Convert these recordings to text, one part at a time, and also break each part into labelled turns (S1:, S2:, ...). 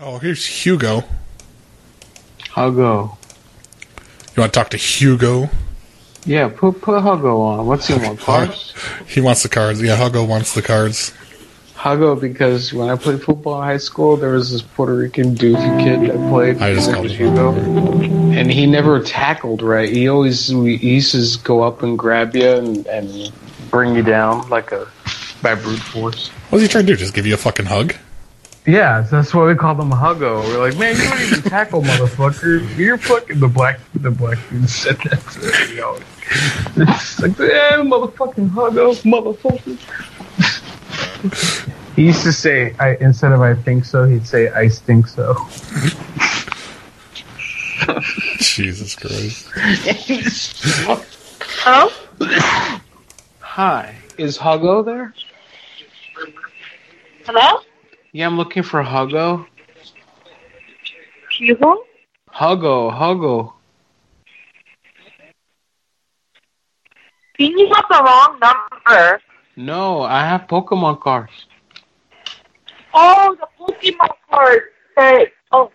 S1: Oh, here's Hugo.
S2: Hugo.
S1: You want to talk to Hugo?
S2: Yeah, put put Hugo on. What's he want? Cards?
S1: He wants the cards. Yeah, Hugo wants the cards.
S2: Hugo because when I played football in high school, there was this Puerto Rican doofy kid that played.
S1: I just
S2: His name
S1: called
S2: was
S1: him.
S2: Hugo, and he never tackled right. He always he used to just go up and grab you and, and bring you down like a by brute force.
S1: What's he trying to do? Just give you a fucking hug?
S2: Yeah, so that's why we call them Hugo. We're like, man, you don't even tackle, motherfucker. You're fucking the black. The black dude said that. To the radio. It's like, yeah, motherfucking Hugo, motherfucker. he used to say, I instead of I think so, he'd say I stink so.
S1: Jesus Christ.
S3: Hello?
S2: Hi, is Hugo there?
S3: Hello?
S2: Yeah, I'm looking for Hugo.
S3: Hugo?
S2: Hugo, Hugo.
S3: Didn't you have the wrong number?
S2: No, I have Pokemon cards.
S3: Oh, the Pokemon card. That, oh,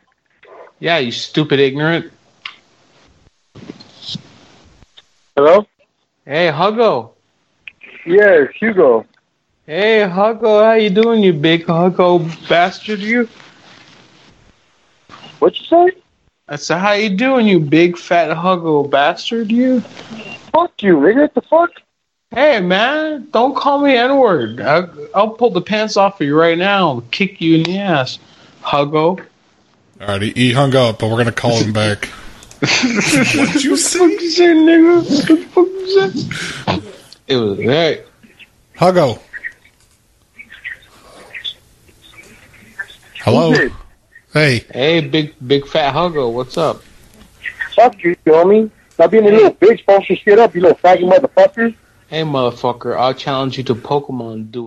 S2: Yeah, you stupid ignorant.
S4: Hello?
S2: Hey, Hugo.
S4: Yeah, it's Hugo.
S2: Hey, Hugo, how you doing, you big Hugo bastard, you?
S4: What you say?
S2: I said, how you doing, you big fat Hugo bastard, you?
S4: Fuck you, nigga. What the fuck?
S2: Hey, man, don't call me N-word. I'll, I'll pull the pants off of you right now and kick you in the ass, Hugo.
S1: Alright, he, he hung up, but we're going to call him back. What'd you
S2: What
S1: say?
S2: you say, nigga? What the fuck you say? It was that.
S1: Hugo. Hello.
S4: Who's it?
S1: Hey,
S2: Hey, big big fat Hugo, what's up?
S4: Fuck you, you know what I mean? Stop being a little bitch, phone shit up, you little faggot motherfucker.
S2: Hey, motherfucker, I'll challenge you to Pokemon duel.